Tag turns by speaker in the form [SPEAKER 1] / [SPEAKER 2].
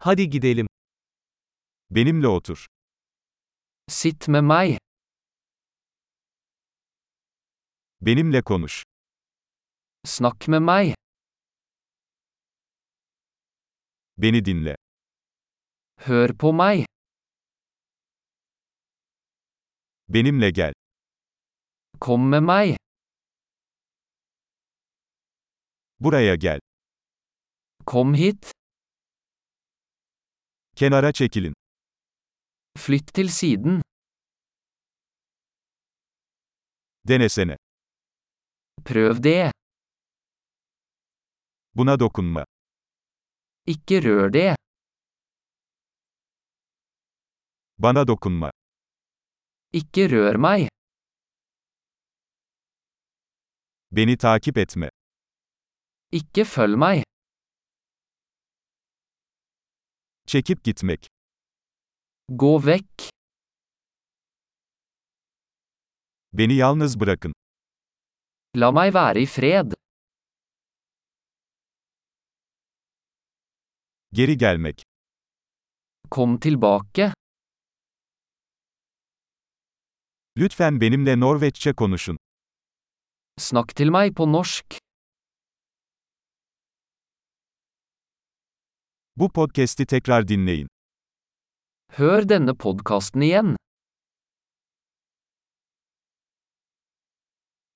[SPEAKER 1] Hadi gidelim. Benimle otur.
[SPEAKER 2] Sitt med meg.
[SPEAKER 1] Benimle konuş.
[SPEAKER 2] Snakk med meg.
[SPEAKER 1] Beni dinle.
[SPEAKER 2] Hør på meg.
[SPEAKER 1] Benimle gel.
[SPEAKER 2] Kom med meg.
[SPEAKER 1] Buraya gel.
[SPEAKER 2] Kom hit.
[SPEAKER 1] Kenara çekilin.
[SPEAKER 2] Flytt til siden.
[SPEAKER 1] Denesene.
[SPEAKER 2] Prøv det.
[SPEAKER 1] Buna dokunma.
[SPEAKER 2] Ikke rør det.
[SPEAKER 1] Bana dokunma.
[SPEAKER 2] Ikke rør meg.
[SPEAKER 1] Beni takip etme.
[SPEAKER 2] Ikke følg meg.
[SPEAKER 1] Çekip gitmek.
[SPEAKER 2] Gå vekk.
[SPEAKER 1] Beni yalnız bırakın.
[SPEAKER 2] La meg være i fred.
[SPEAKER 1] Geri gelmek.
[SPEAKER 2] Kom tilbake.
[SPEAKER 1] Lütfen benimle Norveççe konuşun.
[SPEAKER 2] Snakk til meg på norsk.
[SPEAKER 1] Bu podcast'i tekrar dinleyin.
[SPEAKER 2] Hør denne podkasten igjen.